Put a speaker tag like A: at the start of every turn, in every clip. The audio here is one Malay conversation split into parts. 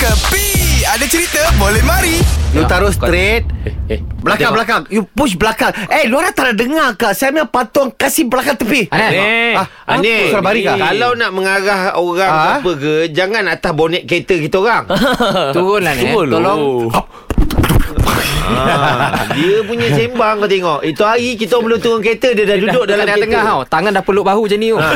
A: Kepi Ada cerita boleh mari
B: You
C: Ya,
B: taruh
C: bukan.
B: straight
C: Eh, eh.
B: Belakang
C: Tengok.
B: belakang You push belakang Eh lu orang tak nak dengar kak Saya punya patung Kasih belakang tepi
C: Anas.
D: Eh,
B: Ah, apa?
D: Anis,
B: Surabari kah?
D: Kalau nak mengarah orang
B: Ah?
D: ha? apa ke, jangan atas bonet kereta kita orang.
C: Turun lah eh.
D: Turun,
C: Tolong.
D: ha, dia punya sembang kau tengok. Itu hari kita belum turun kereta dia dah duduk dalam kereta.
C: tengah tau. Tangan dah peluk bahu je ni. oh.
E: Ha.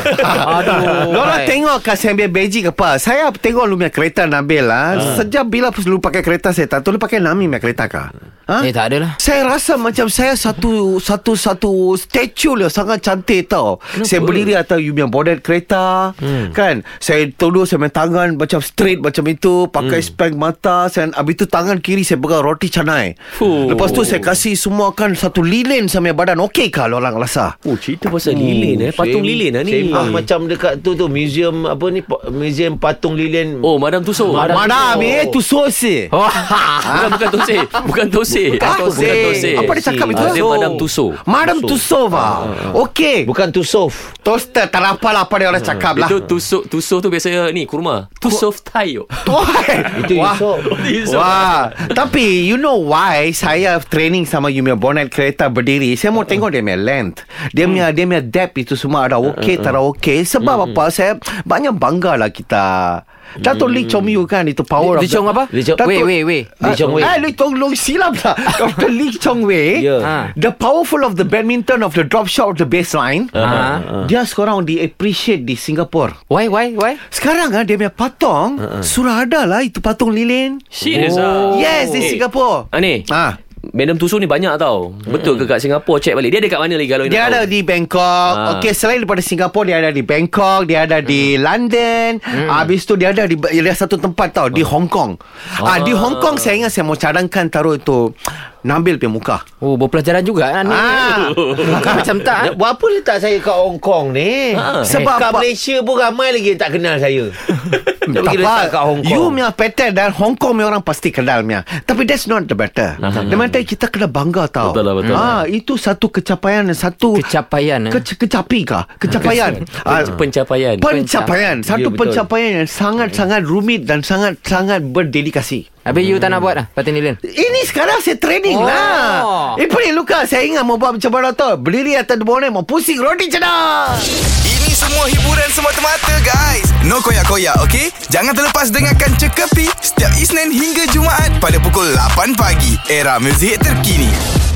C: Aduh.
B: Lu orang
C: hai.
B: tengok kak Saya punya beji ke apa Saya tengok lu punya kereta Nabil ha?
C: Ah.
B: Sejak bila lu pakai kereta saya Tak tahu lu pakai Nami punya kereta kak ha?
C: Eh, tak adalah.
B: Saya rasa macam saya satu satu satu statue lah sangat cantik tau. Kenapa? Saya berdiri atas you punya bonnet kereta hmm. kan. Saya tuduh saya main tangan macam straight macam itu, pakai hmm. spank mata, saya habis tu tangan kiri saya pegang roti canai. Fuh. Lepas tu saya kasih semua kan satu lilin sama badan. Okey kah orang rasa?
E: Oh cerita pasal lilin eh Patung lilin lah ni
D: Sembang macam dekat tu tu museum apa ni po- museum patung lilin.
E: Oh Madam Tussauds
C: Madam-
B: Mana
C: Oh.
B: eh tu sosi.
C: Oh,
E: Bukan bukan tosik Bukan tosik
B: Bukan tosik.
E: Bukan tosik
B: Apa dia cakap itu?
E: Ah, Dia Madam
C: Lah.
E: Tussauds
B: Madam Tusova. Okey.
D: Bukan tu sof.
B: Toaster tak apalah apa dia orang cakap lah.
E: Itu tusuk Tusuk tu biasa ni kurma Tusuf tayo
D: Itu
B: Wah.
D: Yusof.
B: Wah, tapi you know why saya training sama you punya bonnet kereta berdiri. Saya mau tengok dia punya length. Dia
D: Hmm.
B: punya dia punya depth itu semua ada
D: Uh,
B: okey tak ada okey.
D: hmm.
B: Sebab apa? Saya banyak bangga lah kita. Dato' Lee Chong Yu kan Itu power
C: Lee
B: of
C: Chong
B: the-
C: apa?
D: Lee Chong-
B: Dato'
C: Wei, wei, wei.
D: Lee Chong Wei.
B: Eh Lee Chong Long silap lah Dr. Lee Chong Wei
D: Ya.
C: Ha.
B: The powerful of the badminton Of the drop shot Of the baseline
D: Uh,
C: Ha.
B: Dia sekarang di appreciate Di Singapore
C: Why, why, why?
B: sekarang ah dia punya patung uh-uh. surah ada lah itu patung lilin.
E: Serius ah?
B: Yes, di
E: Eh,
B: Singapore.
E: Ani
B: Oh. Ah,
E: Madam Tussauds ni banyak tau Betul ke kat Singapura Check balik Dia ada kat mana lagi kalau you
B: Hmm. dia
E: nak
B: ada
E: tahu?
B: di Bangkok.
E: Ah.
B: Okey, selain daripada Singapura dia ada di Bangkok, dia ada di London. Habis tu dia ada di dia ada satu tempat tau di Hong Kong. Oh. Ah, di Hong Kong saya ingat saya mau cadangkan taruh itu Nabil punya muka.
C: Oh, berpelajaran juga kan ni.
E: Ha.
B: Ah.
C: Bukan macam tak.
D: Nak buat apa letak saya kat Hong Kong ni?
E: Ha.
B: Sebab
D: kat
B: apa-
D: Malaysia pun ramai lagi yang tak kenal saya. Tak pergi letak kat Hong Kong.
B: You punya pattern dan Hong Kong punya orang pasti kenal punya. Tapi that's not the matter. The matter kita kena bangga tau.
E: Betul lah, betul
B: Ah, itu satu kecapaian dan satu
C: Kecapaian, eh?
B: Kec- kecapi kah? Kecapaian. Ah,
E: Pen- Pencapaian
B: pencapaian. Satu
D: Ya, betul.
B: pencapaian yang sangat-sangat rumit dan sangat-sangat berdedikasi.
C: Habis you tak nak buat lah Patin Lilin
B: Ini sekarang saya training
C: Oh.
B: lah. Eh, pelik luka. Saya ingat mau buat macam mana tau. Berdiri atas bonet, mau pusing roti cedak.
A: Ini semua hiburan semata-mata guys No koyak-koyak ok Jangan terlepas dengarkan Cekapi Setiap Isnin hingga Jumaat Pada pukul 8 pagi Era muzik terkini